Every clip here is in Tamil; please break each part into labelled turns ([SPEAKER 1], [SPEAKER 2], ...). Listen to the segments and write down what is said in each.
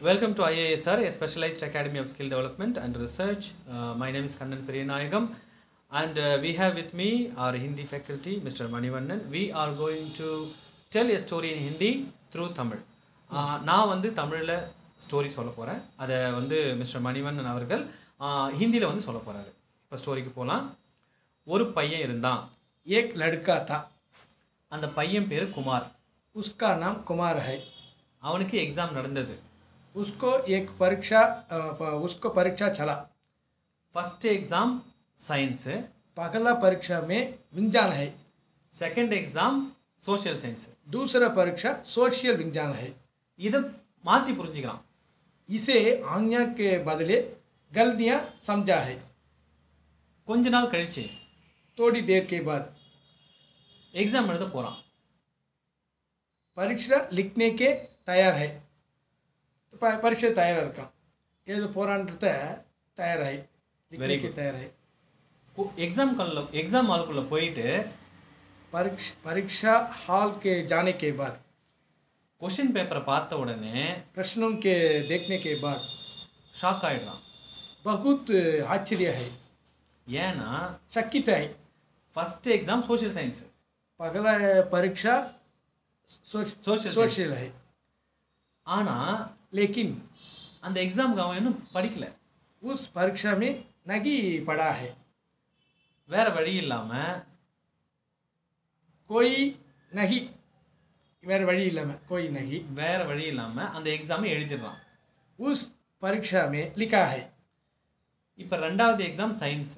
[SPEAKER 1] Welcome to IASR, a specialized academy of skill development and research. Uh, my name is Kannan Periyanayagam, and uh, we have with me our Hindi faculty, Mr. Manivannan. We are going to tell a story in Hindi through Tamil. Uh, நான் வந்து தமிழில் ஸ்டோரி சொல்ல போகிறேன் அதை வந்து மிஸ்டர் மணிவண்ணன் அவர்கள் ஹிந்தியில் வந்து சொல்ல போகிறாரு இப்போ ஸ்டோரிக்கு போகலாம் ஒரு பையன் இருந்தான்
[SPEAKER 2] एक लड़का था
[SPEAKER 1] அந்த பையன் பேர் குமார்
[SPEAKER 2] उसका नाम कुमार है
[SPEAKER 1] அவனுக்கு எக்ஸாம் நடந்தது
[SPEAKER 2] उसको एक परीक्षा अ, प- उसको परीक्षा चला
[SPEAKER 1] ஃபஸ்ட்டு எக்ஸாம் சயின்ஸு
[SPEAKER 2] पहला परीक्षा में विज्ञान है
[SPEAKER 1] செகண்ட் எக்ஸாம் சோஷியல் சயின்ஸ்
[SPEAKER 2] दूसरा परीक्षा सोशल विज्ञान है
[SPEAKER 1] இதை மாற்றி புரிஞ்சுக்கலாம்
[SPEAKER 2] इसे आज्ञा के बदले गलतियाँ समझा है
[SPEAKER 1] கொஞ்ச நாள் கழிச்சு
[SPEAKER 2] थोड़ी देर के बाद
[SPEAKER 1] எக்ஸாம் எழுத போகிறான்
[SPEAKER 2] परीक्षा लिखने के तैयार है प- परीक्षा तैयार रखा எழுத போறான்றத தயாராகி
[SPEAKER 1] Very
[SPEAKER 2] லிக்னிக்கு தயாராகி
[SPEAKER 1] எக்ஸாம் கல்ல எக்ஸாம் ஹாலுக்குள்ளே போயிட்டு
[SPEAKER 2] परीक्ष परीक्षा हॉल के जाने के बाद
[SPEAKER 1] கொஷின் பேப்பரை பார்த்த उடனே
[SPEAKER 2] प्रश्नों के देखने के बाद
[SPEAKER 1] ஷாக் ஆயிடுறான்
[SPEAKER 2] बहुत आश्चर्य है
[SPEAKER 1] ஏன்னா
[SPEAKER 2] शक्कित है
[SPEAKER 1] ஃபர்ஸ்ட் எக்ஸாம் சோஷியல் சயின்ஸ்
[SPEAKER 2] पगला परीक्षा सोश-
[SPEAKER 1] Social
[SPEAKER 2] सोशल है
[SPEAKER 1] ஆனால்
[SPEAKER 2] लेकिन
[SPEAKER 1] அந்த எக்ஸாமுக்கு அவன் இன்னும் படிக்கல
[SPEAKER 2] उस परीक्षा में नहीं पढ़ा है
[SPEAKER 1] வேற வழி இல்லாமல்
[SPEAKER 2] कोई नहीं வேறு வழி இல்லாமல் कोई नहीं
[SPEAKER 1] வேற வழி இல்லாமல் அந்த எக்ஸாமை எழுதிடுறான்
[SPEAKER 2] उस परीक्षा में लिखा है
[SPEAKER 1] இப்போ ரெண்டாவது எக்ஸாம் சயின்ஸ்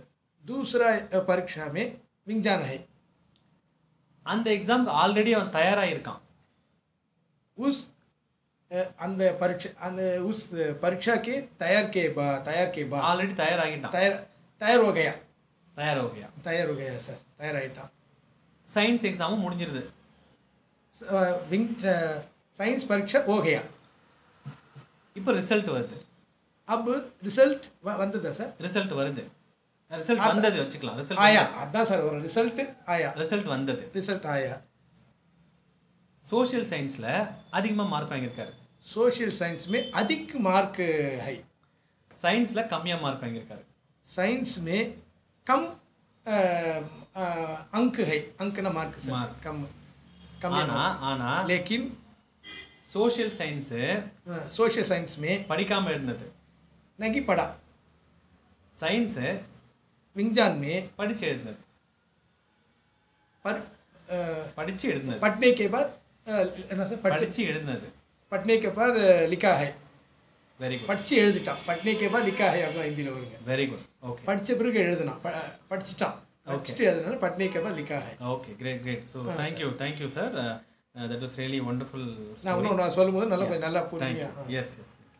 [SPEAKER 2] दूसरा परीक्षा में विज्ञान है
[SPEAKER 1] அந்த எக்ஸாமுக்கு ஆல்ரெடி அவன் தயாராகிருக்கான்
[SPEAKER 2] उस अ, அந்த பரீட்சை அந்த உஸ் பரீட்சா கே தயார் के बाद तैयार के बाद
[SPEAKER 1] ஆல்ரெடி தயாராகிட்டான்
[SPEAKER 2] तैयार तैयार हो गया
[SPEAKER 1] தயார் ஓகேயா
[SPEAKER 2] तैयार हो गया सर तैयार आइटा
[SPEAKER 1] சயின்ஸ் எக்ஸாமும் முடிஞ்சிருது
[SPEAKER 2] विंग साइंस परीक्षा हो गया
[SPEAKER 1] இப்போ ரிசல்ட் வருது
[SPEAKER 2] अब रिजल्ट வந்ததா சார்
[SPEAKER 1] ரிசல்ட் வருது ரிசல்ட் வந்தது வச்சுக்கலாம் ரிசல்ட்
[SPEAKER 2] ஆயா அதான் சார் ஒரு ரிசல்ட் ஆயா
[SPEAKER 1] ரிசல்ட் வந்தது
[SPEAKER 2] ரிசல்ட் ஆயா
[SPEAKER 1] சோஷியல் சயின்ஸில் அதிகமாக மார்க் வாங்கியிருக்காரு
[SPEAKER 2] சோஷியல் சயின்ஸ் மே அதிக மார்க் ஹை
[SPEAKER 1] சயின்ஸில் கம்மியாக மார்க் வாங்கியிருக்காரு
[SPEAKER 2] சயின்ஸ் மே கம் अह, अह, अंक है अंकना मार्क सर
[SPEAKER 1] Mark.
[SPEAKER 2] कम कम
[SPEAKER 1] ஆனால் ஆனால்
[SPEAKER 2] लेकिन
[SPEAKER 1] சோஷியல் சயின்ஸு
[SPEAKER 2] सोशल साइंस में
[SPEAKER 1] படிக்காமல் இருந்தது
[SPEAKER 2] नहीं पढ़ा
[SPEAKER 1] சயின்ஸு
[SPEAKER 2] विज्ञान में
[SPEAKER 1] படித்து எழுந்தது
[SPEAKER 2] पर अह,
[SPEAKER 1] படித்து எழுதுனது
[SPEAKER 2] पढ़ने के बाद अह, ना सर पढ़
[SPEAKER 1] படித்து எழுதுனது
[SPEAKER 2] पढ़ने के बाद अह, लिखा है
[SPEAKER 1] வெரி குட்
[SPEAKER 2] படிச்சு எழுதிட்டான் பட்னே கேபா லிக்கா ஹே அப்படிலாம் ஹிந்தியில் வருங்க
[SPEAKER 1] வெரி குட் ஓகே
[SPEAKER 2] படிச்ச பிறகு எழுதுனான் ப- படிச்சிட்டான் படிச்சுட்டு எழுதுனால பட்னே கேபா லிக்கா ஹே
[SPEAKER 1] okay great great so thank you Uh, thank you sir that was really wonderful
[SPEAKER 2] நான் இன்னும் நான் சொல்லும்போது நல்லா கொஞ்சம் நல்லா புரியுங்க
[SPEAKER 1] எஸ் எஸ்